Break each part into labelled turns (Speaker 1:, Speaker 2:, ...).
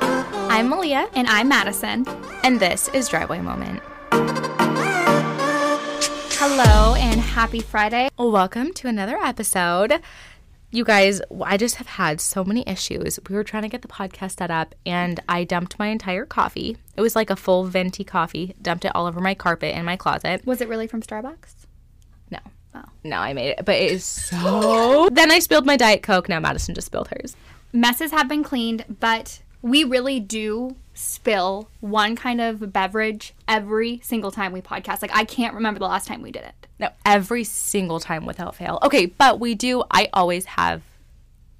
Speaker 1: I'm Malia.
Speaker 2: And I'm Madison.
Speaker 1: And this is Driveway Moment.
Speaker 2: Hello and happy Friday.
Speaker 1: Welcome to another episode. You guys, I just have had so many issues. We were trying to get the podcast set up and I dumped my entire coffee. It was like a full venti coffee, dumped it all over my carpet in my closet.
Speaker 2: Was it really from Starbucks?
Speaker 1: No. No, I made it, but it is so. then I spilled my Diet Coke. Now Madison just spilled hers.
Speaker 2: Messes have been cleaned, but we really do spill one kind of beverage every single time we podcast. Like, I can't remember the last time we did it.
Speaker 1: No, every single time without fail. Okay, but we do. I always have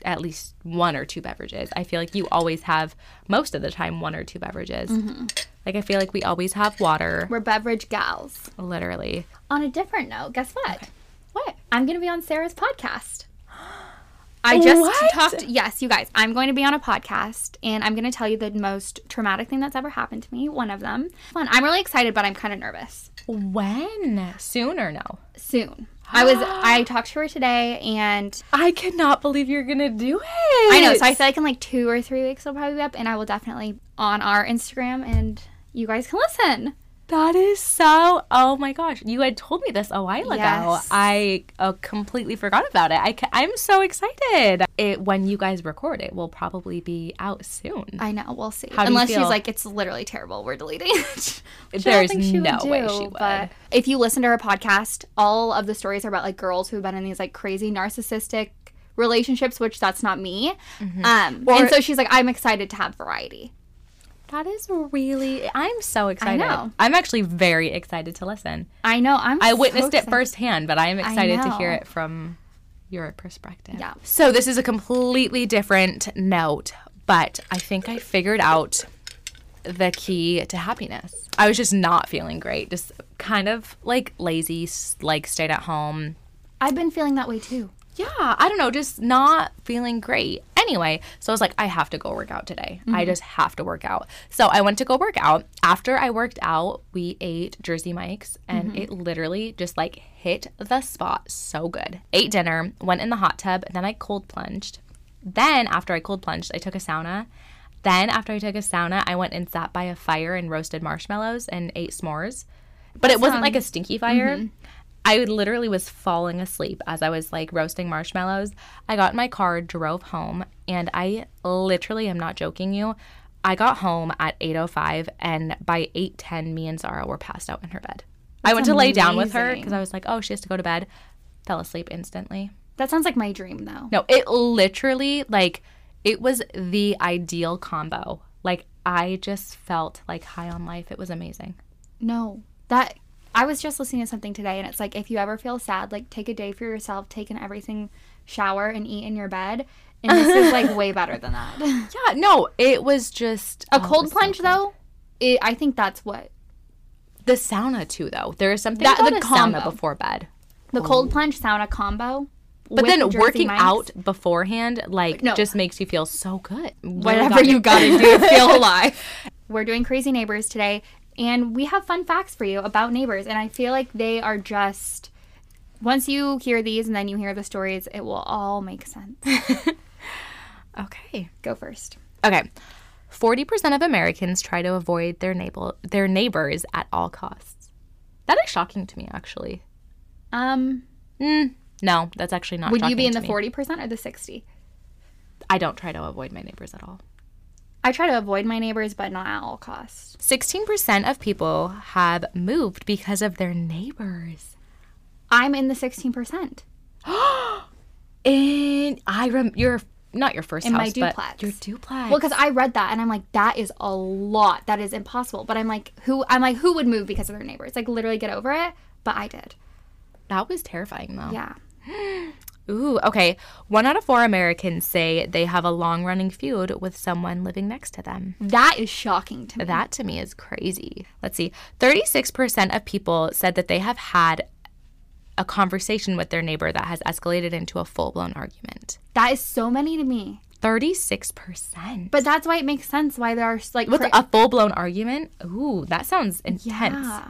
Speaker 1: at least one or two beverages. I feel like you always have most of the time one or two beverages.
Speaker 2: Mm-hmm.
Speaker 1: Like I feel like we always have water,
Speaker 2: We're beverage gals.
Speaker 1: literally.
Speaker 2: On a different note, guess what?
Speaker 1: What?
Speaker 2: I'm going to be on Sarah's podcast. I just
Speaker 1: What?
Speaker 2: talked. Yes, you guys, I'm going to be on a podcast and I'm going to tell you the most traumatic thing that's ever happened to me, one of them. Fun. I'm really excited, but I'm kind of nervous.
Speaker 1: When? Soon or no?
Speaker 2: Soon. I was I talked to her today and
Speaker 1: I cannot believe you're gonna do it.
Speaker 2: I know, so I feel like in like 2 or 3 weeks it'll probably be up and I will definitely on our Instagram and you guys can listen.
Speaker 1: That is so. Oh my gosh, you had told me this a while ago.
Speaker 2: Yes.
Speaker 1: I uh, completely forgot about it. I ca- I'm so excited. It when you guys record it will probably be out soon.
Speaker 2: I know, we'll see.
Speaker 1: How do you
Speaker 2: Unless she's
Speaker 1: feel?
Speaker 2: like it's literally terrible, we're deleting it. Which I don't
Speaker 1: There's
Speaker 2: think she
Speaker 1: no
Speaker 2: would
Speaker 1: way
Speaker 2: do,
Speaker 1: she would.
Speaker 2: But if you listen to her podcast, all of the stories are about like girls who've been in these like crazy narcissistic relationships, which that's not me. Um
Speaker 1: Mm-hmm. Or-
Speaker 2: and so she's like I'm excited to have variety.
Speaker 1: That is really. I'm so excited.
Speaker 2: know.
Speaker 1: I'm actually very excited to listen.
Speaker 2: I know, I'm
Speaker 1: I
Speaker 2: so
Speaker 1: witnessed it
Speaker 2: excited.
Speaker 1: firsthand, but I am excited to hear
Speaker 2: know.
Speaker 1: it from your perspective.
Speaker 2: Yeah.
Speaker 1: So this is a completely different note, but I think I figured out the key to happiness. I was just not feeling great, just kind of like lazy, s- like stayed at home.
Speaker 2: I've been feeling that way too.
Speaker 1: Yeah, I don't know, just not feeling great. Anyway, so I was like, I have to go work out today. I just have to work out. So I went to go work out. After I worked out, we ate Jersey Mike's and it literally just like hit the spot so good. Ate dinner, went in the hot tub, then I cold plunged. Then after I cold plunged, I took a sauna. Then after I took a sauna, I went and sat by a fire and roasted marshmallows and ate s'mores. But it wasn't like a stinky fire. I literally was falling asleep as I was like roasting marshmallows. I got in my car, drove home, and I literally am not joking you. I got home at 8:05 and by 8:10 me and Zara were passed out in her bed. I went to lay down with her
Speaker 2: amazing.
Speaker 1: cuz I was like, "Oh, she has to go to bed." Fell asleep instantly.
Speaker 2: That sounds like my dream though.
Speaker 1: No, it literally like it was the ideal combo. Like I just felt like high on life. It was amazing.
Speaker 2: No, that I was just listening to something today, and it's like if you ever feel sad, like take a day for yourself, take an everything shower, and eat in your bed. And this is like way better than that.
Speaker 1: Yeah, no, it was just
Speaker 2: A cold plunge, though, it, I think that's what
Speaker 1: The sauna too, though. There is something
Speaker 2: That-
Speaker 1: about
Speaker 2: the
Speaker 1: a sauna
Speaker 2: combo.
Speaker 1: before bed.
Speaker 2: the cold plunge sauna combo.
Speaker 1: But then working out beforehand, like,
Speaker 2: No.
Speaker 1: just makes you feel so good.
Speaker 2: whatever you gotta do, feel alive. We're doing crazy neighbors today, and we have fun facts for you about neighbors. And I feel like they are just once you hear these and then you hear the stories, it will all make sense.
Speaker 1: Okay.
Speaker 2: Go first.
Speaker 1: Okay. Forty percent of Americans try to avoid their neighbor their neighbors at all costs. That is shocking to me, actually.
Speaker 2: Um,
Speaker 1: Mm, no, that's actually not.
Speaker 2: Would you
Speaker 1: shocking
Speaker 2: be in
Speaker 1: to
Speaker 2: the
Speaker 1: me.
Speaker 2: forty percent or the sixty?
Speaker 1: I don't try to avoid my neighbors at all.
Speaker 2: I try to avoid my neighbors, but not at all costs.
Speaker 1: Sixteen percent of people have moved because of their neighbors.
Speaker 2: I'm in the sixteen percent.
Speaker 1: And I rem your not your first
Speaker 2: In my
Speaker 1: house, but
Speaker 2: duplex.
Speaker 1: your duplex.
Speaker 2: Well, because I read that and I'm like, that is a lot. That is impossible. But I'm like, who? I'm like, who would move because of their neighbors? Like, literally, get over it. But I did.
Speaker 1: that was terrifying though.
Speaker 2: Yeah.
Speaker 1: Ooh, okay. One out of four Americans say they have a long running feud with someone living next to them.
Speaker 2: That is shocking to me.
Speaker 1: That to me is crazy. Let's see. 36% of people said that they have had a conversation with their neighbor that has escalated into a full blown argument.
Speaker 2: That is so many to me.
Speaker 1: 36%.
Speaker 2: But that's why it makes sense why there are s- like.
Speaker 1: With
Speaker 2: cra-
Speaker 1: a full blown argument? Ooh, that sounds intense.
Speaker 2: Yeah.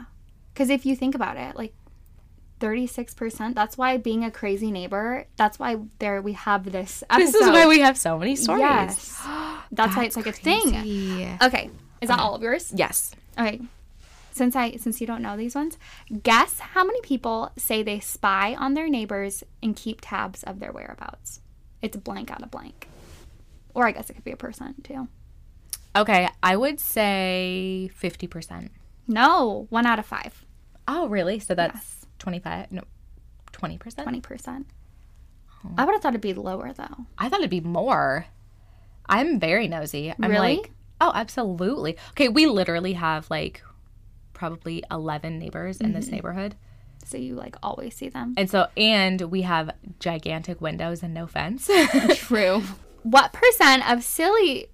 Speaker 2: Because if you think about it, like 36%, that's why being a crazy neighbor, that's why there we have this episode.
Speaker 1: This is why we have so many stories.
Speaker 2: Yes. That's, why it's like a thing.
Speaker 1: thing.
Speaker 2: Okay. Is that all of yours?
Speaker 1: Yes.
Speaker 2: Okay. Since I since you don't know these ones, guess how many people say they spy on their neighbors and keep tabs of their whereabouts. It's blank out of blank. Or I guess it could be a percent too.
Speaker 1: Okay, I would say 50%.
Speaker 2: No, one out of five.
Speaker 1: Oh, really? So that's 25 no 20%?
Speaker 2: Twenty percent. I would have thought it'd be lower though.
Speaker 1: I thought it'd be more. I'm very nosy. I'm
Speaker 2: Really?
Speaker 1: like, oh, absolutely. Okay, we literally have like probably 11 neighbors in this neighborhood.
Speaker 2: So you like always see them.
Speaker 1: And so and we have gigantic windows and no fence.
Speaker 2: True. What percent of silly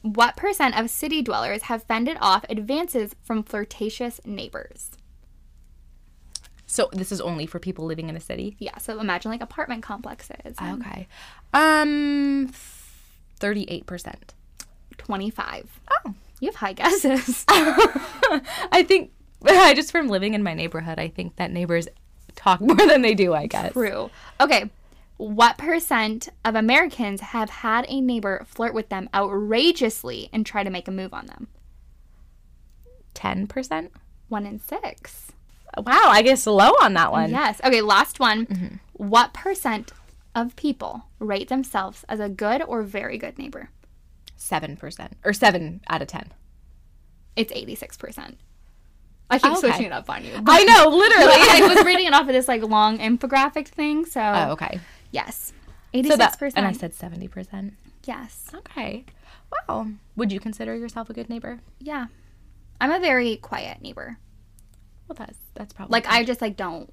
Speaker 2: what percent of city dwellers have fended off advances from flirtatious neighbors?
Speaker 1: so this is only for people living in the city.
Speaker 2: Yeah, so imagine like apartment complexes. and
Speaker 1: Okay. Um 38%.
Speaker 2: 25.
Speaker 1: Oh.
Speaker 2: You have high guesses.
Speaker 1: I think I just from living in my neighborhood, I think that neighbors talk more than they do, I guess.
Speaker 2: True. Okay. What percent of Americans have had a neighbor flirt with them outrageously and try to make a move on them?
Speaker 1: 10%?
Speaker 2: One in six.
Speaker 1: Wow, I guess low on that one. Mm-hmm.
Speaker 2: Yes. Okay, last one. What percent of people rate themselves as a good or very good neighbor?
Speaker 1: 7% or 7 out of 10.
Speaker 2: It's 86%. I keep
Speaker 1: Oh, Okay.
Speaker 2: switching it up on you.
Speaker 1: I know, literally.
Speaker 2: I was reading it off of this like long infographic thing, so
Speaker 1: oh, okay.
Speaker 2: yes.
Speaker 1: So
Speaker 2: 86%.
Speaker 1: that, and I said 70%.
Speaker 2: yes.
Speaker 1: Okay. Wow. Would you consider yourself a good neighbor?
Speaker 2: Yeah. I'm a very quiet neighbor.
Speaker 1: Well, that's that's probably
Speaker 2: Like I just like don't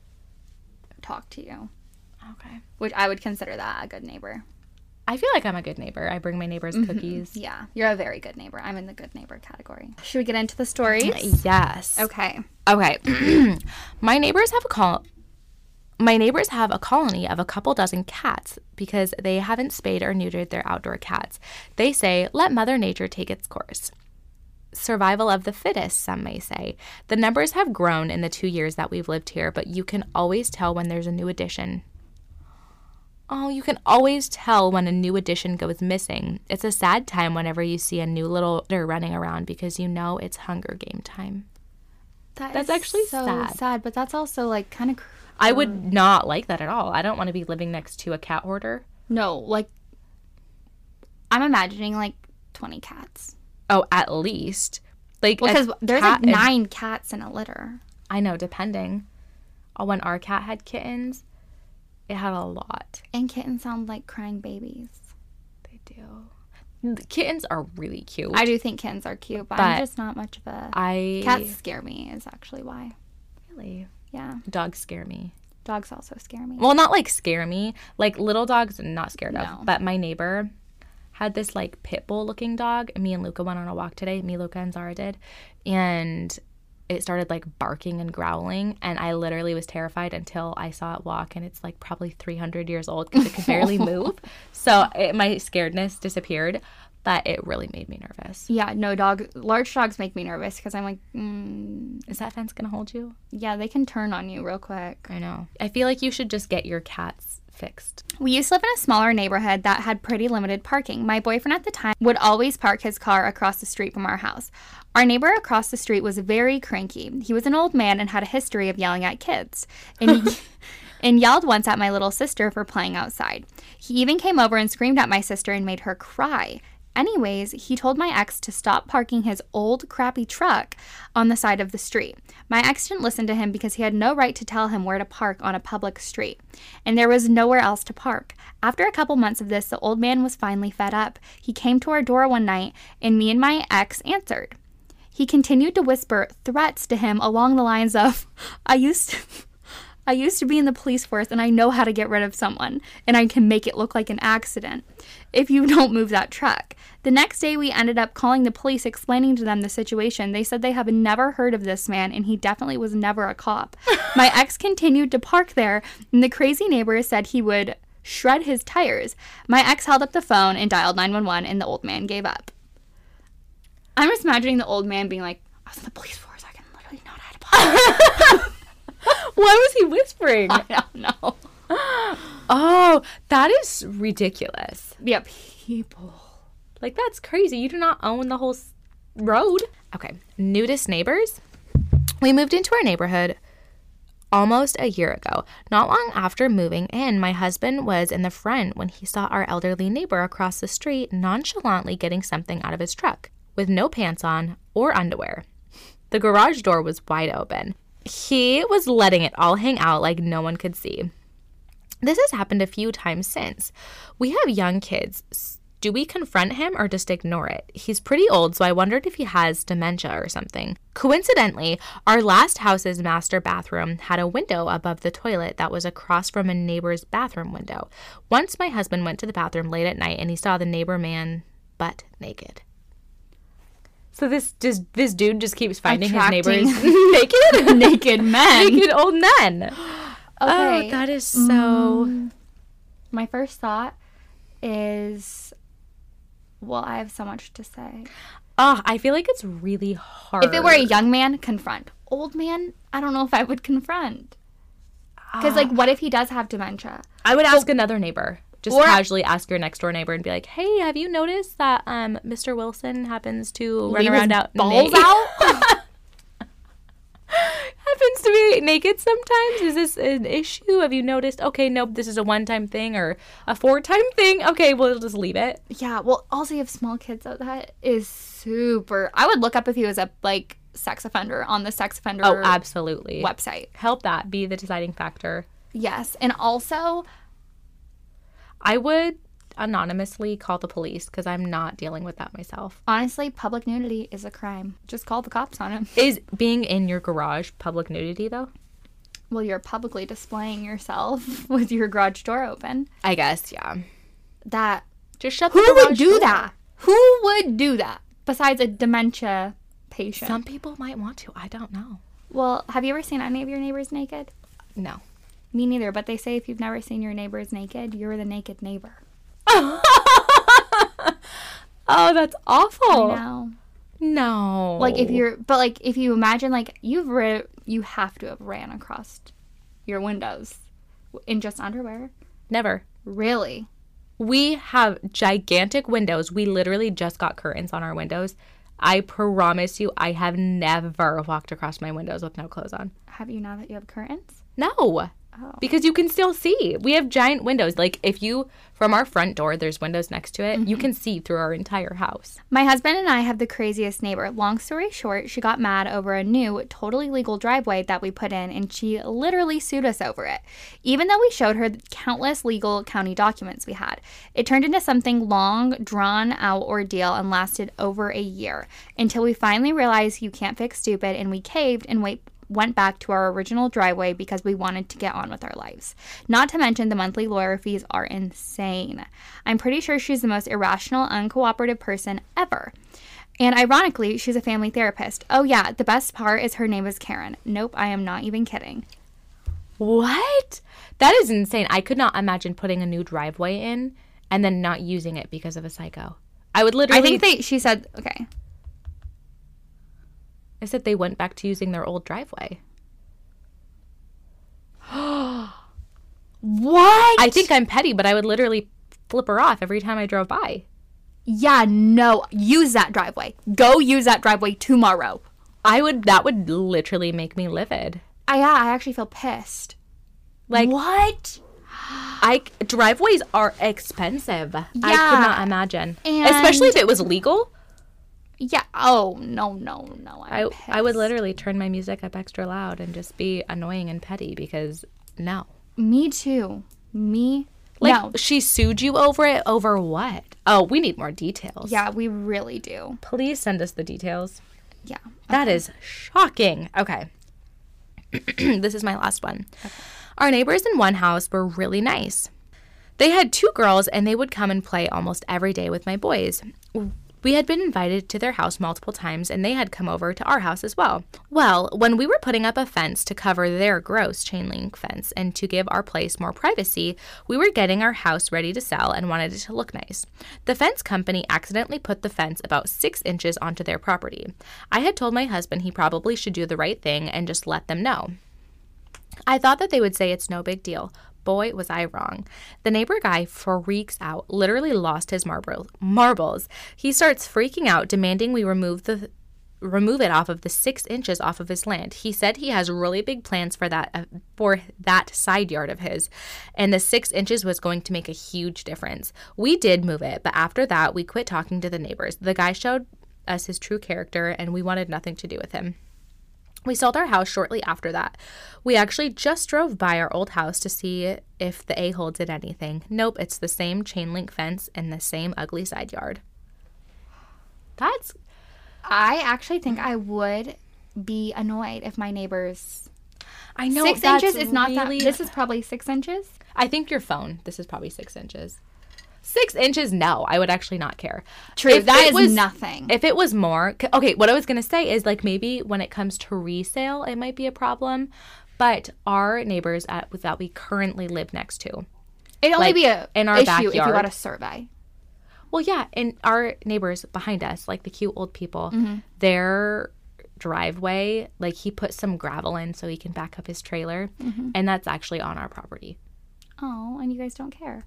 Speaker 2: talk to you,
Speaker 1: okay.
Speaker 2: which I would consider that a good neighbor.
Speaker 1: I feel like I'm a good neighbor. I bring my neighbors cookies.
Speaker 2: Yeah. You're a very good neighbor. I'm in the good neighbor category. Should we get into the stories?
Speaker 1: Yes.
Speaker 2: Okay.
Speaker 1: Okay. my neighbors have a col My neighbors have a colony of a couple dozen cats because they haven't spayed or neutered their outdoor cats. They say, let Mother Nature take its course. Survival of the fittest, some may say. The numbers have grown in the two years that we've lived here, but you can always tell when there's a new addition. Oh, you can always tell when a new addition goes missing. It's a sad time whenever you see a new little litter running around because you know it's Hunger Game time. That's actually
Speaker 2: so
Speaker 1: sad.
Speaker 2: but that's also like kind of cr-
Speaker 1: I
Speaker 2: Hmm.
Speaker 1: would not like that at all. I don't want to be living next to a cat hoarder.
Speaker 2: no, like I'm imagining like 20 cats.
Speaker 1: Oh, at least like a
Speaker 2: Because there's
Speaker 1: cat
Speaker 2: like
Speaker 1: in-
Speaker 2: nine cats in a litter.
Speaker 1: I know, depending. Oh, when our cat had kittens, it had a lot.
Speaker 2: And kittens sound like crying babies.
Speaker 1: They do. The kittens are really cute.
Speaker 2: I do think kittens are cute, but,
Speaker 1: But-
Speaker 2: I'm just not much of a
Speaker 1: I
Speaker 2: cats scare me is actually why.
Speaker 1: really
Speaker 2: Yeah.
Speaker 1: dogs scare me.
Speaker 2: Dogs also scare me.
Speaker 1: Well, not like scare me. Like little dogs, not scared
Speaker 2: No.
Speaker 1: of. But my neighbor had this like pit bull looking dog. Me and Luca went on a walk today. Me, Luca, and Zara did, and it started like barking and growling. And I literally was terrified until I saw it walk, and it's like probably 300 years old because it could barely move. So it, my scaredness disappeared, but it really made me nervous.
Speaker 2: Yeah, no dog. Large dogs make me nervous because I'm like, mm,
Speaker 1: Is that fence gonna hold you?
Speaker 2: yeah, they can turn on you real quick.
Speaker 1: I know. I feel like you should just get your cats fixed.
Speaker 2: We used to live in a smaller neighborhood that had pretty limited parking. My boyfriend at the time would always park his car across the street from our house. Our neighbor across the street was very cranky. He was an old man and had a history of yelling at kids. And he- and yelled once at my little sister for playing outside. He even came over and screamed at my sister and made her cry. Anyways, he told my ex to stop parking his old crappy truck on the side of the street. My ex didn't listen to him because he had no right to tell him where to park on a public street, and there was nowhere else to park. After a couple months of this, the old man was finally fed up. He came to our door one night, and me and my ex answered. He continued to whisper threats to him along the lines of, "I used I used to be in the police force and I know how to get rid of someone and I can make it look like an accident if you don't move that truck. The next day we ended up calling the police explaining to them the situation. They said they have never heard of this man and he definitely was never a cop. My ex continued to park there and the crazy neighbor said he would shred his tires. My ex held up the phone and dialed 911 and the old man gave up. I'm just imagining the old man being like, I was in the police force. I can literally not how to park.
Speaker 1: Why was he whispering?
Speaker 2: I don't know.
Speaker 1: Oh, that is ridiculous.
Speaker 2: Yeah, people
Speaker 1: Like, that's crazy. You do not own the whole s- road. Okay. Nudist neighbors. We moved into our neighborhood almost a year ago. Not long after moving in, my husband was in the front when he saw our elderly neighbor across the street nonchalantly getting something out of his truck with no pants on or underwear. The garage door was wide open. He was letting it all hang out like no one could see. This has happened a few times since. We have young kids. S- Do we confront him or just ignore it? He's pretty old, so I wondered if he has dementia or something. Coincidentally, our last house's master bathroom had a window above the toilet that was across from a neighbor's bathroom window. Once my husband went to the bathroom late at night and he saw the neighbor man butt naked. So this just this dude just keeps finding
Speaker 2: Attracting-
Speaker 1: his neighbors naked,
Speaker 2: Naked men.
Speaker 1: naked old men.
Speaker 2: Okay.
Speaker 1: Oh, that is so.
Speaker 2: My first thought is, well, I have so much to say.
Speaker 1: Oh, I feel like it's really hard.
Speaker 2: If it were a young man, confront. Old man, I don't know if I would confront. Because, like, what if he does have dementia?
Speaker 1: I would ask another neighbor. Just
Speaker 2: Or-
Speaker 1: casually ask your next door neighbor and be like, "Hey, have you noticed that um, Mr. Wilson happens to run
Speaker 2: Leave his
Speaker 1: around out
Speaker 2: balls
Speaker 1: na-
Speaker 2: out?
Speaker 1: happens to be naked sometimes? Is this an issue? Have you noticed? Okay, nope, this is a one-time thing or a four-time thing. Okay, we'll just leave it."
Speaker 2: yeah, well, also, you have small kids, so that is super. I would look up if he was a, like, sex offender on the sex offender
Speaker 1: Oh, absolutely.
Speaker 2: website.
Speaker 1: Help that be the deciding factor.
Speaker 2: Yes. And also,
Speaker 1: I would anonymously call the police because I'm not dealing with that myself.
Speaker 2: honestly, public nudity is a crime. Just call the cops on him.
Speaker 1: Is being in your garage public nudity though?
Speaker 2: Well, you're publicly displaying yourself with your garage door open.
Speaker 1: I guess, yeah.
Speaker 2: That
Speaker 1: Just shut
Speaker 2: who
Speaker 1: the
Speaker 2: would
Speaker 1: garage
Speaker 2: do
Speaker 1: door.
Speaker 2: that? Who would do that besides a dementia patient?
Speaker 1: Some people might want to. I don't know.
Speaker 2: well, have you ever seen any of your neighbors naked?
Speaker 1: No.
Speaker 2: Me neither, but they say if you've never seen your neighbors naked, you're the naked neighbor.
Speaker 1: Oh, that's
Speaker 2: You
Speaker 1: awful.
Speaker 2: know?
Speaker 1: No.
Speaker 2: Like if you're but like if you imagine like you've ri- you have to have ran across your windows in just underwear.
Speaker 1: never.
Speaker 2: Really?
Speaker 1: We have gigantic windows. We literally just got curtains on our windows. I promise you, I have never walked across my windows with no clothes on.
Speaker 2: Have you now that you have curtains?
Speaker 1: No.
Speaker 2: Oh.
Speaker 1: Because you can still see. We have giant windows. Like if you from our front door, there's windows next to it. You can see through our entire house.
Speaker 2: My husband and I have the craziest neighbor. Long story short, she got mad over a new, totally legal driveway that we put in, and she literally sued us over it. Even though we showed her countless legal county documents we had, it turned into something long, drawn out ordeal and lasted over a year until we finally realized you can't fix stupid, and we caved and wait, went back to our original driveway because we wanted to get on with our lives. Not to mention, the monthly lawyer fees are insane. I'm pretty sure she's the most irrational, uncooperative person ever. And ironically, she's a family therapist. Oh, yeah, the best part is her name is Karen. Nope, I am not even kidding.
Speaker 1: What? That is insane. I could not imagine putting a new driveway in and then not using it because of a psycho. I would literally
Speaker 2: I think they, she said, okay,
Speaker 1: I said they went back to using their old driveway.
Speaker 2: what?
Speaker 1: I think I'm petty, but I would literally flip her off every time I drove by.
Speaker 2: yeah, no, use that driveway. Go use that driveway tomorrow.
Speaker 1: I would that would literally make me livid.
Speaker 2: I, yeah, I actually feel pissed.
Speaker 1: Like
Speaker 2: What?
Speaker 1: I driveways are expensive. I could
Speaker 2: Yeah.
Speaker 1: not imagine.
Speaker 2: And-
Speaker 1: Especially if it was legal.
Speaker 2: Yeah. Oh no no no.
Speaker 1: I
Speaker 2: I'm
Speaker 1: I would
Speaker 2: pissed.
Speaker 1: literally turn my music up extra loud and just be annoying and petty because no.
Speaker 2: Me too. Me.
Speaker 1: Like
Speaker 2: no.
Speaker 1: she sued you over it over what? Oh, we need more details.
Speaker 2: Yeah, we really do.
Speaker 1: Please send us the details.
Speaker 2: Yeah.
Speaker 1: That is shocking. Okay. this is my last one. Our neighbors in one house were really nice. They had two girls and they would come and play almost every day with my boys. We had been invited to their house multiple times and they had come over to our house as well. Well, when we were putting up a fence to cover their gross chain link fence and to give our place more privacy, we were getting our house ready to sell and wanted it to look nice. The fence company accidentally put the fence about six inches onto their property. I had told my husband he probably should do the right thing and just let them know. I thought that they would say it's no big deal, Boy, was I wrong. The neighbor guy freaks out, literally lost his marbles. marbles. He starts freaking out, demanding we remove the remove it off of the six inches off of his land. He said he has really big plans for that uh, for that side yard of his, and the six inches was going to make a huge difference. We did move it, but after that, we quit talking to the neighbors. The guy showed us his true character, and we wanted nothing to do with him. We sold our house shortly after that. We actually just drove by our old house to see if the a hole did anything. Nope, it's the same chain link fence and the same ugly side yard. That's
Speaker 2: I actually think I would be annoyed if my neighbors.
Speaker 1: I know
Speaker 2: six
Speaker 1: that's
Speaker 2: inches is not
Speaker 1: really-
Speaker 2: that. This is probably six inches.
Speaker 1: I think your phone. This is probably six inches. Six inches? No, I would actually not care.
Speaker 2: True,
Speaker 1: If
Speaker 2: that
Speaker 1: it
Speaker 2: is
Speaker 1: was-
Speaker 2: nothing.
Speaker 1: If it was more, c- okay. What I was gonna say is like maybe when it comes to resale, it might be a problem. But our neighbors at that we currently live next to,
Speaker 2: It'd only
Speaker 1: Like,
Speaker 2: be a
Speaker 1: in our
Speaker 2: issue if you
Speaker 1: backyard.
Speaker 2: got a survey.
Speaker 1: Well, yeah, and our neighbors behind us, like the cute old people,
Speaker 2: Mm-hmm.
Speaker 1: their driveway, like he put some gravel in so he can back up his trailer,
Speaker 2: Mm-hmm.
Speaker 1: and that's actually on our property.
Speaker 2: Oh, and you guys don't care.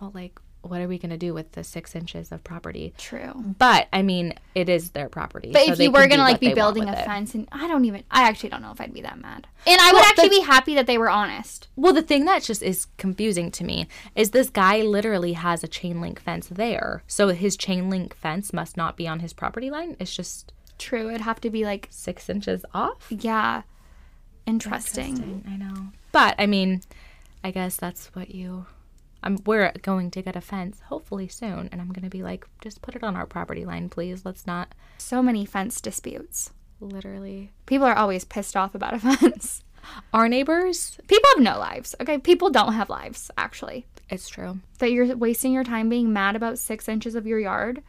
Speaker 1: Well, like, what are we gonna do with the six inches of property?
Speaker 2: True.
Speaker 1: But I mean, it is their property.
Speaker 2: But
Speaker 1: so
Speaker 2: if
Speaker 1: they
Speaker 2: you were
Speaker 1: can do
Speaker 2: gonna
Speaker 1: what
Speaker 2: like be
Speaker 1: they want
Speaker 2: building a
Speaker 1: with it.
Speaker 2: fence, and I don't even, I actually don't know if I'd be that mad. And I would actually be happy that they were honest.
Speaker 1: Well, the thing that just is confusing to me is this guy literally has a chain link fence there, so his chain link fence must not be on his property line. It's just
Speaker 2: True. It'd have to be like,
Speaker 1: six inches off.
Speaker 2: yeah, interesting.
Speaker 1: I know. But I mean, I guess that's what you. I'm, we're going to get a fence hopefully soon, and I'm going to be like, just put it on our property line, please. Let's not
Speaker 2: So many fence disputes.
Speaker 1: literally.
Speaker 2: People are always pissed off about a fence.
Speaker 1: Our neighbors,
Speaker 2: People have no lives. Okay, people don't have lives. Actually,
Speaker 1: it's true.
Speaker 2: that you're wasting your time being mad about six inches of your yard.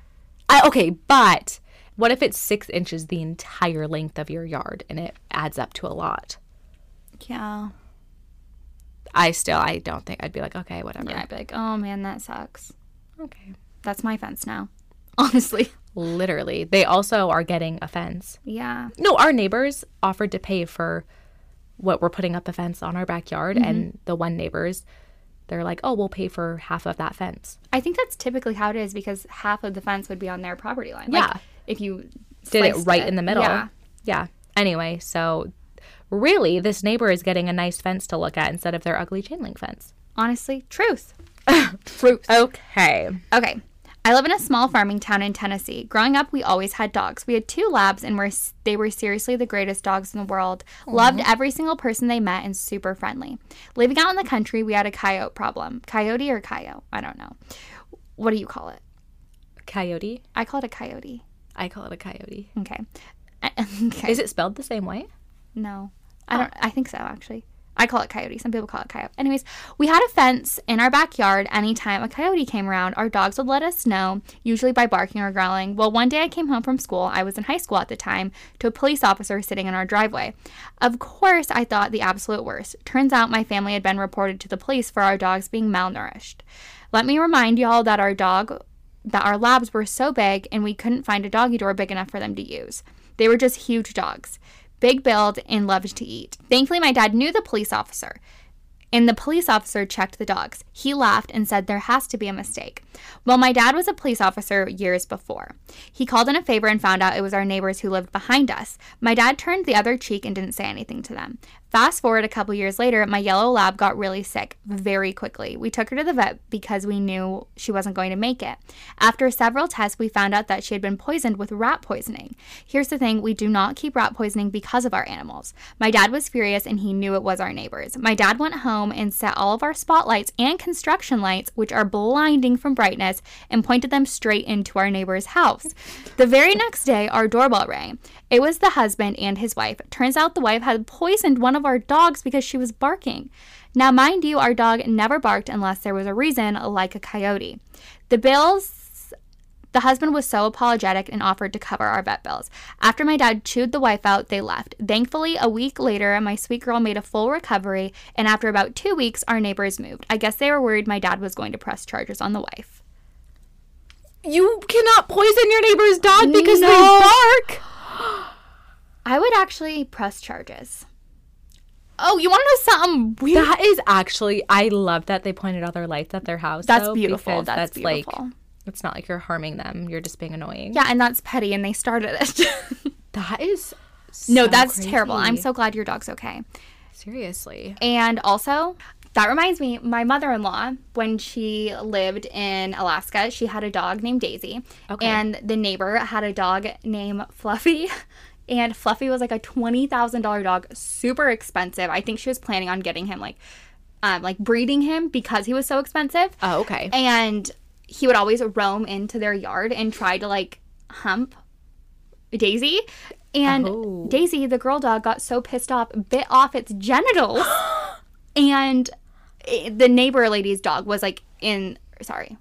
Speaker 1: I, okay, but what if it's six inches the entire length of your yard and it adds up to a lot?
Speaker 2: Yeah.
Speaker 1: I still, I don't think I'd be like, okay, whatever.
Speaker 2: I'd be like, oh man, that sucks.
Speaker 1: Okay.
Speaker 2: That's my fence now. Honestly.
Speaker 1: Literally, they also are getting a fence.
Speaker 2: Yeah.
Speaker 1: No, our neighbors offered to pay for what we're putting up a fence on our backyard, and the one neighbors, they're like, "Oh, we'll pay for half of that fence."
Speaker 2: I think that's typically how it is because half of the fence would be on their property line.
Speaker 1: Yeah.
Speaker 2: Like if you
Speaker 1: Did it
Speaker 2: sliced
Speaker 1: right in the middle.
Speaker 2: Yeah.
Speaker 1: Yeah. Anyway, so really, this neighbor is getting a nice fence to look at instead of their ugly chain link fence.
Speaker 2: Honestly, truth.
Speaker 1: Fruit. Okay.
Speaker 2: Okay. I live in a small farming town in Tennessee. Growing up, we always had dogs. We had two labs, and were, they were seriously the greatest dogs in the world. Loved every single person they met and super friendly. Living out in the country, we had a coyote problem. Coyote or coyote? I don't know. What do you call it?
Speaker 1: Coyote.
Speaker 2: I call it a coyote.
Speaker 1: I call it a coyote.
Speaker 2: Okay. okay.
Speaker 1: Is it spelled the same way?
Speaker 2: No. I don't I think so actually. I call it coyote. Some people call it coyote. Anyways, we had a fence in our backyard. Anytime a coyote came around, our dogs would let us know, usually by barking or growling. Well, one day I came home from school. I was in high school at the time to a police officer sitting in our driveway. Of course, I thought the absolute worst. Turns out my family had been reported to the police for our dogs being malnourished. Let me remind y'all that our dog that our labs were so big and we couldn't find a doggy door big enough for them to use. They were just huge dogs, big build, and loved to eat. Thankfully, my dad knew the police officer, and the police officer checked the dogs. He laughed and said there has to be a mistake. Well, my dad was a police officer years before. He called in a favor and found out it was our neighbors who lived behind us. My dad turned the other cheek and didn't say anything to them. Fast forward a couple years later, my yellow lab got really sick very quickly. We took her to the vet because we knew she wasn't going to make it. After several tests, we found out that she had been poisoned with rat poisoning. Here's the thing we do not keep rat poisoning because of our animals. My dad was furious and he knew it was our neighbors. My dad went home and set all of our spotlights and construction lights, which are blinding from brightness, and pointed them straight into our neighbor's house. The very next day, our doorbell rang. It was the husband and his wife. Turns out the wife had poisoned one of our dogs because she was barking. Now, mind you, our dog never barked unless there was a reason, like a coyote. The bills the husband was so apologetic and offered to cover our vet bills. After my dad chewed the wife out, they left. Thankfully, a week later, my sweet girl made a full recovery, and after about two weeks, our neighbors moved. I guess they were worried my dad was going to press charges on the wife.
Speaker 1: You cannot poison your neighbor's dog
Speaker 2: because they
Speaker 1: bark.
Speaker 2: I would actually press charges. Oh, you want to know something weird?
Speaker 1: That is actually, I love that they pointed out their lights at their house.
Speaker 2: That's
Speaker 1: though,
Speaker 2: beautiful.
Speaker 1: because
Speaker 2: That's beautiful.
Speaker 1: like, it's not like you're harming them. You're just being annoying.
Speaker 2: yeah, and that's petty, and they started it.
Speaker 1: That is.
Speaker 2: no,
Speaker 1: so
Speaker 2: that's terrible. I'm
Speaker 1: crazy.
Speaker 2: so glad your dog's okay.
Speaker 1: Seriously.
Speaker 2: And also, that reminds me, my mother in law, when she lived in Alaska, she had a dog named Daisy.
Speaker 1: Okay.
Speaker 2: And the neighbor had a dog named Fluffy. And Fluffy was like a $20,000 dog, super expensive. I think she was planning on getting him, like, um, like breeding him because he was so expensive.
Speaker 1: Oh, okay.
Speaker 2: And he would always roam into their yard and try to like hump Daisy. And
Speaker 1: Oh.
Speaker 2: Daisy, the girl dog, got so pissed off, bit off its genitals. and i- the neighbor lady's dog was like in, sorry,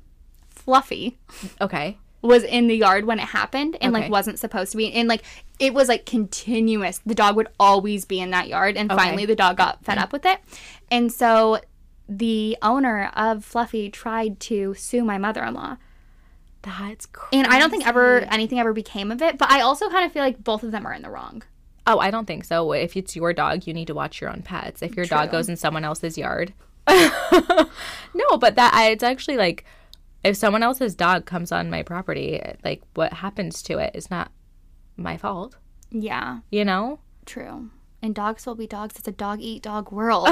Speaker 2: Fluffy
Speaker 1: okay.
Speaker 2: was in the yard when it happened and
Speaker 1: Okay.
Speaker 2: like wasn't supposed to be. And like it was like continuous. The dog would always be in that yard. And finally the dog got
Speaker 1: Mm.
Speaker 2: fed up with it. And so the owner of Fluffy tried to sue my mother in law.
Speaker 1: That's crazy.
Speaker 2: And I don't think ever anything ever became of it. But I also kind of feel like both of them are in the wrong.
Speaker 1: Oh, I don't think so. If it's your dog, you need to watch your own pets. If your dog
Speaker 2: True.
Speaker 1: goes in someone else's yard. no, but that I- it's actually like if someone else's dog comes on my property, like what happens to it is not my fault,
Speaker 2: Yeah,
Speaker 1: you know?
Speaker 2: true. And dogs will be dogs. It's a dog eat dog world.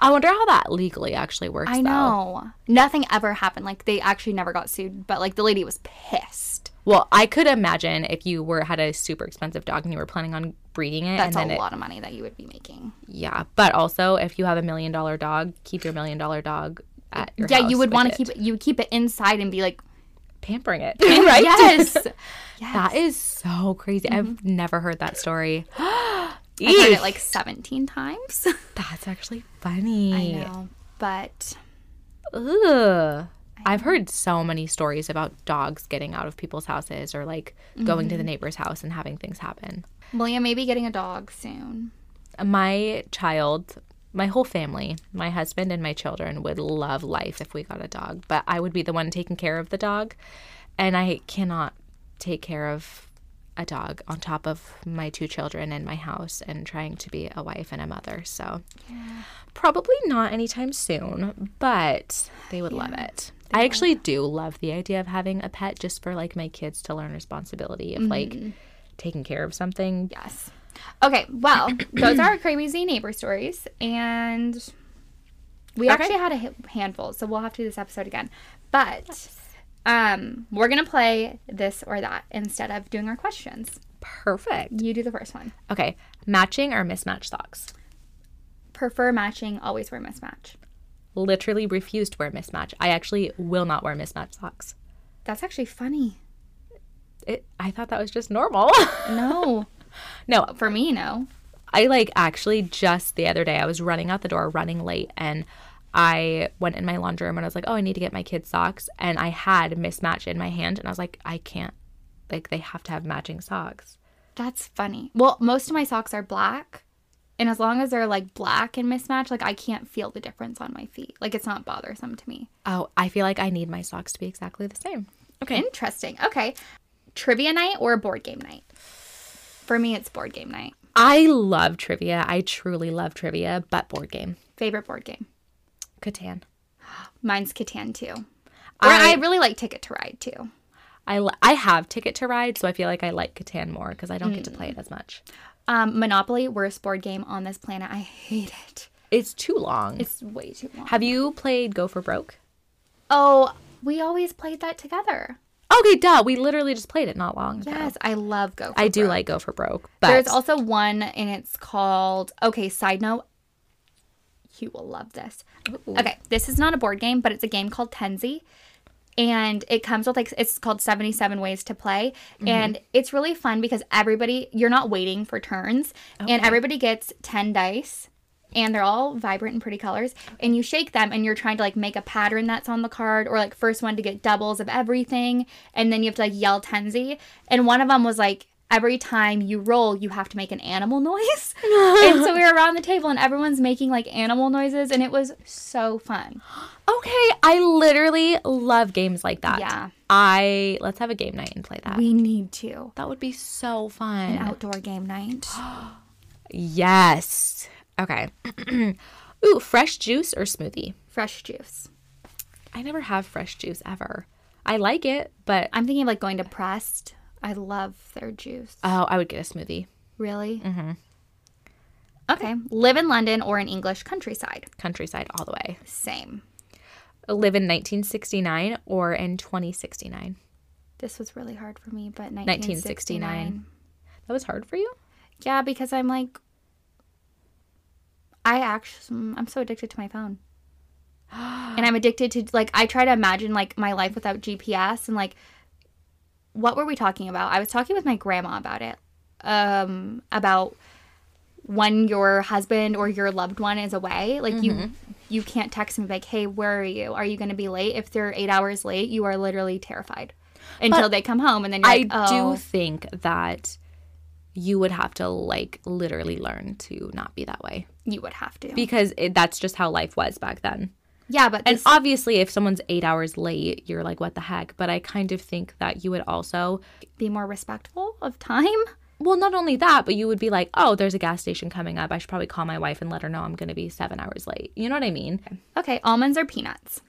Speaker 1: I wonder how that legally actually works
Speaker 2: I
Speaker 1: though.
Speaker 2: know. Nothing ever happened. Like they actually never got sued, but like the lady was pissed.
Speaker 1: Well, I could imagine if you were had a super expensive dog and you were planning on breeding it
Speaker 2: That's
Speaker 1: and then
Speaker 2: a
Speaker 1: it,
Speaker 2: lot of money that you would be making.
Speaker 1: yeah, but also if you have a million dollar dog, keep your million dollar dog at your
Speaker 2: yeah, you
Speaker 1: house
Speaker 2: would
Speaker 1: with
Speaker 2: want
Speaker 1: it.
Speaker 2: to keep it. You would keep it inside and be like,
Speaker 1: pampering it,
Speaker 2: right?
Speaker 1: right?
Speaker 2: Yes. yes. Mm-hmm.
Speaker 1: That is so crazy. I've never heard that story.
Speaker 2: I heard it like 17 times.
Speaker 1: That's actually funny.
Speaker 2: I know. But
Speaker 1: Ugh. I've heard so many stories about dogs getting out of people's houses or like going
Speaker 2: Mm-hmm.
Speaker 1: to the neighbor's house and having things happen.
Speaker 2: Malia may be getting a dog soon.
Speaker 1: My child, my whole family, my husband and my children would love life if we got a dog, but I would be the one taking care of the dog. And I cannot take care of a dog on top of my two children and my house and trying to be a wife and a mother. So probably not anytime soon, but they would love it. I actually do love the idea of having a pet just for like my kids to learn responsibility of like taking care of something.
Speaker 2: Yes. Okay. Well, those are our crazy neighbor stories, and we
Speaker 1: Okay.
Speaker 2: actually had a ha- handful, so we'll have to do this episode again. But um, we're gonna play this or that instead of doing our questions.
Speaker 1: Perfect.
Speaker 2: You do the first one.
Speaker 1: Okay, matching or mismatched socks.
Speaker 2: Prefer matching. Always wear mismatch.
Speaker 1: Literally refuse to wear mismatch. I actually will not wear mismatched socks.
Speaker 2: That's actually funny.
Speaker 1: It, I thought that was just normal.
Speaker 2: No,
Speaker 1: no,
Speaker 2: for me, no.
Speaker 1: I like actually just the other day I was running out the door, running late, and I went in my laundry room and I was like, oh, I need to get my kids socks, and I had mismatch in my hand, and I was like, I can't. Like they have to have matching socks.
Speaker 2: That's funny. Well, most of my socks are black. And as long as they're like black and mismatched, like I can't feel the difference on my feet. Like it's not bothersome to me.
Speaker 1: Oh, I feel like I need my socks to be exactly the same. Okay.
Speaker 2: Interesting. Okay. Trivia night or board game night? For me, it's board game night.
Speaker 1: I love trivia. I truly love trivia, but board game.
Speaker 2: Favorite board game?
Speaker 1: Catan.
Speaker 2: Mine's Catan too. Or I,
Speaker 1: I-
Speaker 2: really like Ticket to Ride too.
Speaker 1: I, li- I have Ticket to Ride, so I feel like I like Catan more because I don't get to play
Speaker 2: Mm.
Speaker 1: it as much.
Speaker 2: Um, Monopoly, worst board game on this planet. I hate it.
Speaker 1: It's too long.
Speaker 2: It's way too long.
Speaker 1: have you played Go for Broke?
Speaker 2: Oh, we always played that together.
Speaker 1: Okay, duh. We literally just played it not long ago.
Speaker 2: Yes, I love Go. For
Speaker 1: I do
Speaker 2: Broke.
Speaker 1: like Go for Broke, but
Speaker 2: There's also one, and it's called. Okay, side note. You will love this. Okay, this is not a board game, but it's a game called Tenzi, and it comes with like it's called 77 ways to play, and it's really fun because everybody you're not waiting for turns, and everybody gets 10 dice. And they're all vibrant and pretty colors. And you shake them, and you're trying to like make a pattern that's on the card, or like first one to get doubles of everything. And then you have to like yell Tenzi. And one of them was like, every time you roll, you have to make an animal noise. and so we were around the table and everyone's making like animal noises and it was so fun.
Speaker 1: okay. I literally love games like that.
Speaker 2: Yeah.
Speaker 1: I let's have a game night and play that.
Speaker 2: We need to.
Speaker 1: that would be so fun.
Speaker 2: Outdoor game night.
Speaker 1: Yes. Okay. Ooh, fresh juice or smoothie?
Speaker 2: Fresh juice.
Speaker 1: I never have fresh juice ever. I like it, but
Speaker 2: I'm thinking of like going to Pressed. I love their juice.
Speaker 1: oh, I would get a smoothie.
Speaker 2: Really? Mm-hmm. Okay. Live in London or an English countryside.
Speaker 1: Countryside all the way.
Speaker 2: Same.
Speaker 1: Live in 1969 or in 2069.
Speaker 2: This was really hard for me, but 1969.
Speaker 1: 1969. That was hard for you?
Speaker 2: Yeah, because I'm like, I actually, I'm so addicted to my phone. and I'm addicted to, like, I try to imagine, like, my life without GPS and, like, what were we talking about? I was talking with my grandma about it. Um, about when your husband or your loved one is away, like you
Speaker 1: Mm-hmm.
Speaker 2: you can't text me like, "Hey, where are you? Are you going to be late?" If they're 8 hours late, you are literally terrified until they come home and then you're
Speaker 1: I
Speaker 2: like, "Oh,
Speaker 1: do think that you would have to like literally learn to not be that way
Speaker 2: you would have to."
Speaker 1: because it, that's just how life was back then.
Speaker 2: yeah, but
Speaker 1: And
Speaker 2: this-
Speaker 1: obviously, if someone's eight hours late, you're like, what the heck? But I kind of think that you would also,
Speaker 2: be more respectful of time.
Speaker 1: well, not only that, but you would be like, oh, there's a gas station coming up. I should probably call my wife and let her know I'm going to be seven hours late. You know what I mean?
Speaker 2: Okay, almonds or peanuts?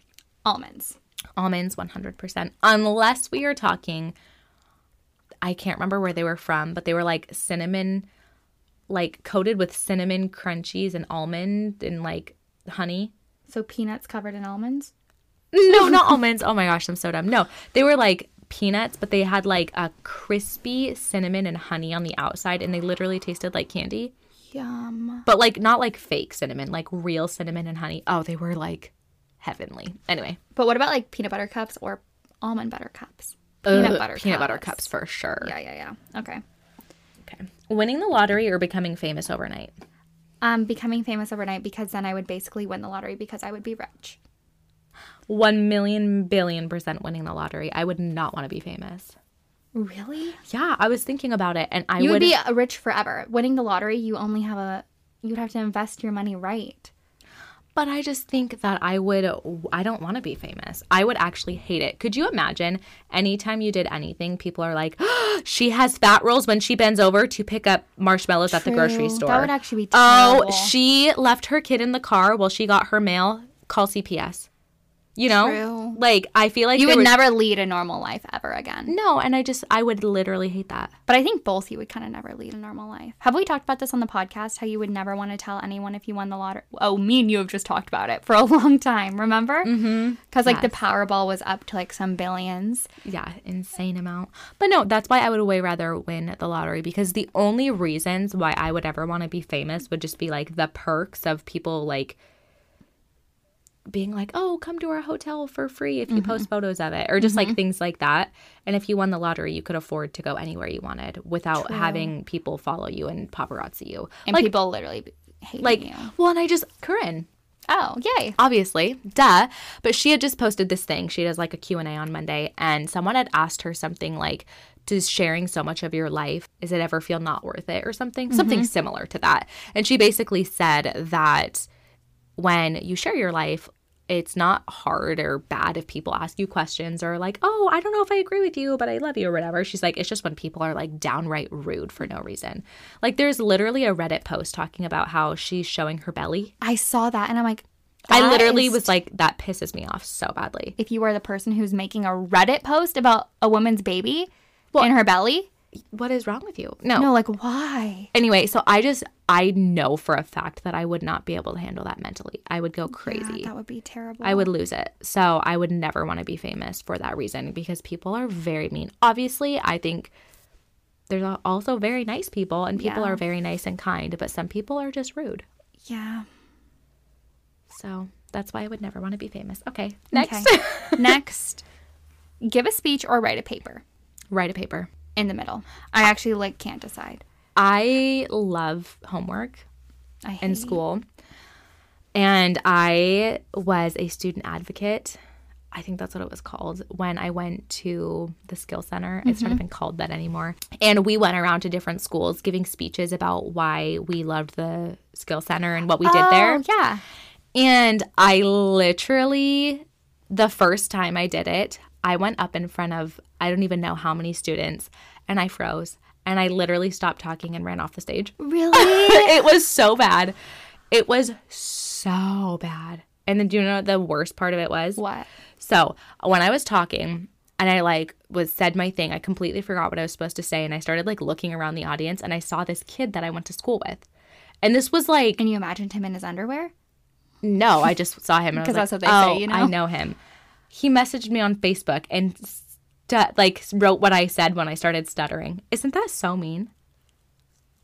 Speaker 2: Almonds.
Speaker 1: Almonds, 100%. Unless we are talking, I can't remember where they were from, but they were like cinnamon, like coated with cinnamon crunchies and almond and like honey.
Speaker 2: So peanuts covered in almonds?
Speaker 1: No, not almonds. Oh my gosh, I'm so dumb. No, they were like peanuts, but they had like a crispy cinnamon and honey on the outside, and they literally tasted like candy.
Speaker 2: Yum.
Speaker 1: But like not like fake cinnamon, like real cinnamon and honey. Oh, they were like heavenly. Anyway,
Speaker 2: But what about like peanut butter cups or almond butter cups? Peanut
Speaker 1: Ugh, Uh, peanut butter cups for sure.
Speaker 2: Yeah, yeah, yeah. Okay.
Speaker 1: Okay. Winning the lottery or becoming famous overnight.
Speaker 2: Um, becoming famous overnight because then I would basically win the lottery because I would be rich.
Speaker 1: One million billion percent winning the lottery. I would not want to be famous.
Speaker 2: Really?
Speaker 1: Yeah, I was thinking about it, and I
Speaker 2: You would
Speaker 1: would
Speaker 2: be uh, rich forever. Winning the lottery, you only have a you'd have to invest your money right.
Speaker 1: But I just think that I would, I don't want to be famous. I would actually hate it. Could you imagine anytime you did anything, people are like, she has fat rolls when she bends over to pick up marshmallows at the grocery
Speaker 2: True.
Speaker 1: store.
Speaker 2: That would actually be
Speaker 1: Oh,
Speaker 2: terrible.
Speaker 1: she left her kid in the car while she got her mail. Call CPS. You know?
Speaker 2: True.
Speaker 1: Like, I feel like
Speaker 2: You
Speaker 1: there
Speaker 2: would
Speaker 1: was-
Speaker 2: never lead a normal life ever again.
Speaker 1: No, and I just, I would literally hate that.
Speaker 2: But I think both you would kind of never lead a normal life. Have we talked about this on the podcast? How you would never want to tell anyone if you won the lottery? Oh, me and you have just talked about it for a long time. Remember? Mm-hmm. Because like the Powerball was up to like some billions.
Speaker 1: Yeah, insane amount. But no, that's why I would way rather win the lottery because the only reasons why I would ever want to be famous would just be like the perks of people like being like, "Oh, come to our hotel for free if you post photos of it," or just like things like that. And if you won the lottery, you could afford to go anywhere you wanted without having people follow you and paparazzi you.
Speaker 2: and people literally b- hate
Speaker 1: Like,
Speaker 2: you.
Speaker 1: well, and I just Corinne,
Speaker 2: Oh, yay!
Speaker 1: obviously duh but she had just posted this thing she does like a q&a on monday and someone had asked her something like does sharing so much of your life does it ever feel not worth it or something something similar to that and she basically said that when you share your life it's not hard or bad if people ask you questions or like oh i don't know if i agree with you but i love you or whatever she's like it's just when people are like downright rude for no reason like there's literally a reddit post talking about how she's showing her belly
Speaker 2: I saw that and I'm like,
Speaker 1: I
Speaker 2: that
Speaker 1: literally
Speaker 2: is-
Speaker 1: was like, that pisses me off so badly.
Speaker 2: If you are the person who's making a Reddit post about a woman's baby in her belly,
Speaker 1: What is wrong with you? No.
Speaker 2: no, like why?
Speaker 1: Anyway, so I just, I know for a fact that I would not be able to handle that mentally. I would go crazy.
Speaker 2: That would be terrible.
Speaker 1: I would lose it. So I would never want to be famous for that reason because people are very mean. Obviously, I think there's al- also very nice people and people
Speaker 2: Yeah.
Speaker 1: are very nice and kind, but some people are just rude.
Speaker 2: yeah.
Speaker 1: So that's why I would never want to be famous. Okay, next.
Speaker 2: Okay. Next, give a speech or write a paper.
Speaker 1: Write a paper.
Speaker 2: in the middle. I actually like can't decide.
Speaker 1: I love homework.
Speaker 2: I hate
Speaker 1: in school. And I was a student advocate. I think that's what it was called when I went to the Skill Center. It's not even called that anymore. And we went around to different schools giving speeches about why we loved the Skill Center and what we did there.
Speaker 2: Oh, yeah.
Speaker 1: And I literally, the first time I did it, I went up in front of I don't even know how many students and I froze. And I literally stopped talking and ran off the stage
Speaker 2: Really?
Speaker 1: it was so bad. It was so bad. And then do you know what the worst part of it was?
Speaker 2: What?
Speaker 1: So when I was talking and I like was said my thing, I completely forgot what I was supposed to say, and I started like looking around the audience, and I saw this kid that I went to school with, and this was like
Speaker 2: And you imagined him in his underwear?
Speaker 1: no, I just saw him and I was
Speaker 2: 'Cause
Speaker 1: like,
Speaker 2: that's what they say,
Speaker 1: "Oh,
Speaker 2: you
Speaker 1: I
Speaker 2: know?"
Speaker 1: know him. He messaged me on Facebook and st- like wrote what I said when I started stuttering. Isn't that so mean?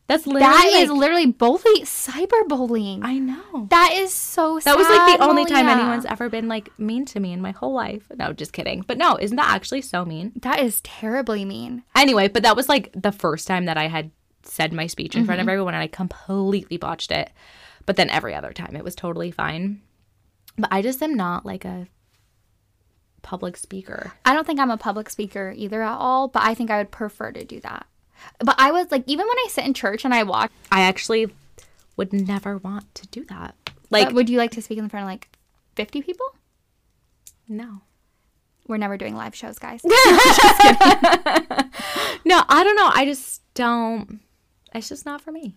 Speaker 1: That's literally
Speaker 2: That is
Speaker 1: like-
Speaker 2: literally bully cyberbullying.
Speaker 1: I know.
Speaker 2: That is so
Speaker 1: That was like the
Speaker 2: sad,
Speaker 1: only time
Speaker 2: Malia.
Speaker 1: anyone's ever been like mean to me in my whole life. No, just kidding. But no, isn't that actually so mean?
Speaker 2: That is terribly mean.
Speaker 1: Anyway, but that was like the first time that I had said my speech in front of everyone and I completely botched it. But then every other time it was totally fine. But I just am not like a public speaker.
Speaker 2: I don't think I'm a public speaker either at all, but I think I would prefer to do that. But I was like, even when I sit in church and I walk,
Speaker 1: I actually would never want to do that.
Speaker 2: like,
Speaker 1: Like
Speaker 2: would you like to speak in front of like 50 people?
Speaker 1: no.
Speaker 2: We're never doing live shows, guys.
Speaker 1: No, I don't know. I just don't it's just not for me.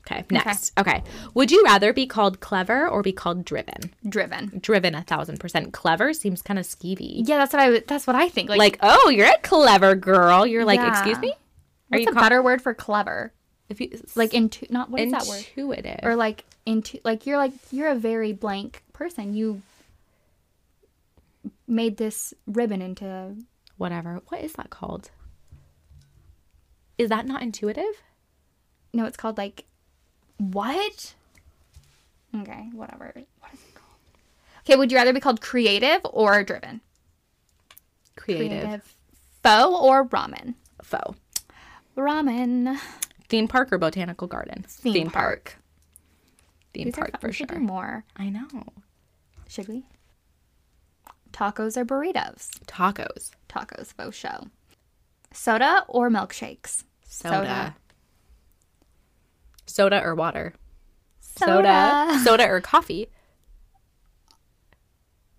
Speaker 1: Okay, next. Okay. Would you rather be called clever or be called driven?
Speaker 2: Driven.
Speaker 1: Driven a thousand percent. Clever seems kind of skeevy.
Speaker 2: Yeah, that's what I. would- That's what I think. Like,
Speaker 1: Like, oh, you're a clever girl. You're like,
Speaker 2: Yeah.
Speaker 1: excuse me? Are
Speaker 2: what's
Speaker 1: you
Speaker 2: a better word for clever?
Speaker 1: If you
Speaker 2: Like into not what is that word?
Speaker 1: intuitive?
Speaker 2: Or like into like you're like you're a very blank person. You made this ribbon into
Speaker 1: whatever. What is that called? Is that not intuitive?
Speaker 2: no. It's called like what? Okay, whatever. What is it called? Okay, would you rather be called creative or driven?
Speaker 1: Creative.
Speaker 2: Faux or ramen?
Speaker 1: Faux.
Speaker 2: Ramen.
Speaker 1: Theme park or botanical garden?
Speaker 2: Theme
Speaker 1: park. Theme
Speaker 2: These are
Speaker 1: park
Speaker 2: fun.
Speaker 1: for
Speaker 2: we
Speaker 1: sure.
Speaker 2: should do more.
Speaker 1: I know.
Speaker 2: Should we? Tacos or burritos?
Speaker 1: Tacos.
Speaker 2: tacos faux show. Soda or milkshakes?
Speaker 1: Soda. Soda or water?
Speaker 2: Soda.
Speaker 1: Soda or coffee?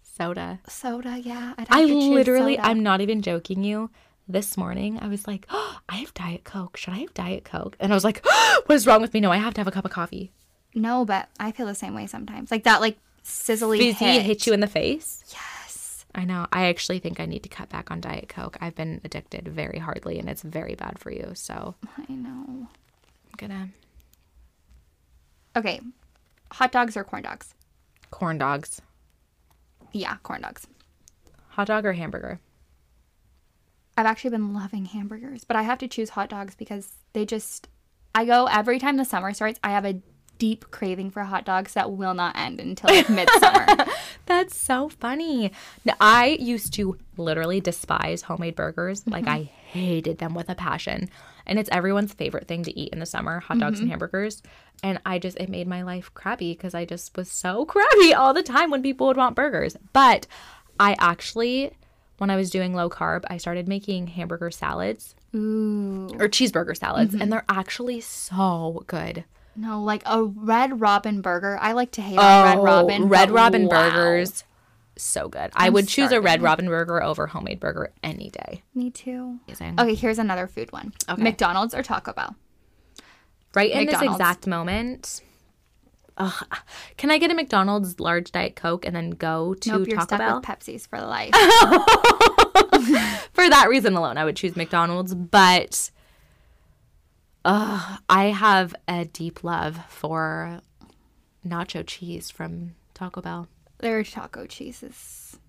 Speaker 1: Soda.
Speaker 2: Soda, yeah. I'd have
Speaker 1: I
Speaker 2: to choose
Speaker 1: literally,
Speaker 2: soda.
Speaker 1: I'm not even joking you. This morning, I was like, oh, I have Diet Coke. Should I have Diet Coke? And I was like, what is wrong with me? No, I have to have a cup of coffee.
Speaker 2: no, but I feel the same way sometimes. Like that, like sizzly
Speaker 1: Fizzy
Speaker 2: hit.
Speaker 1: hit you in the face.
Speaker 2: Yes.
Speaker 1: I know. I actually think I need to cut back on Diet Coke. I've been addicted very hardly, and it's very bad for you. So I'm
Speaker 2: I know.
Speaker 1: gonna
Speaker 2: Okay, hot dogs or corn dogs?
Speaker 1: corn dogs,
Speaker 2: Yeah, corn dogs.
Speaker 1: hot dog or hamburger.
Speaker 2: I've actually been loving hamburgers, but I have to choose hot dogs because they just. I go every time the summer starts. I have a deep craving for hot dogs that will not end until like midsummer.
Speaker 1: That's so funny. Now, I used to literally despise homemade burgers. Like I hated them with a passion. And it's everyone's favorite thing to eat in the summer, hot dogs and hamburgers. And I just it made my life crabby because I just was so crabby all the time when people would want burgers. But I actually when I was doing low carb, I started making hamburger salads
Speaker 2: Ooh.
Speaker 1: or cheeseburger salads and they're actually so good.
Speaker 2: No, like a Red Robin burger. I like to hate on Red
Speaker 1: Oh,
Speaker 2: Robin.
Speaker 1: Red
Speaker 2: but
Speaker 1: Robin
Speaker 2: wow.
Speaker 1: burgers, so good. i would choose a Red Robin burger over homemade burger any day.
Speaker 2: Me too.
Speaker 1: Amazing.
Speaker 2: Okay, here's another food one.
Speaker 1: Okay.
Speaker 2: McDonald's or Taco Bell?
Speaker 1: Right in this
Speaker 2: McDonald's.
Speaker 1: exact moment. Ugh. Can I get a McDonald's large diet coke and then go to
Speaker 2: Nope, you're
Speaker 1: Taco
Speaker 2: stuck
Speaker 1: Bell?
Speaker 2: with Pepsi's for life.
Speaker 1: For that reason alone, I would choose McDonald's. But ugh, I have a deep love for nacho cheese from Taco Bell.
Speaker 2: Their taco cheese is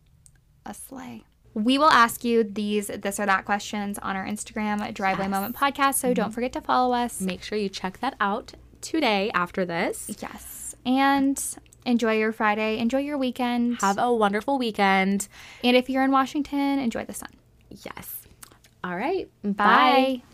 Speaker 2: a slay. We will ask you these this or that questions on our Instagram at Driveway Moment Podcast. So don't forget to follow us.
Speaker 1: Make sure you check that out today after this.
Speaker 2: Yes, and enjoy your Friday. Enjoy your weekend.
Speaker 1: Have a wonderful weekend.
Speaker 2: and if you're in Washington, enjoy the sun.
Speaker 1: Yes. All right. Bye.
Speaker 2: Bye.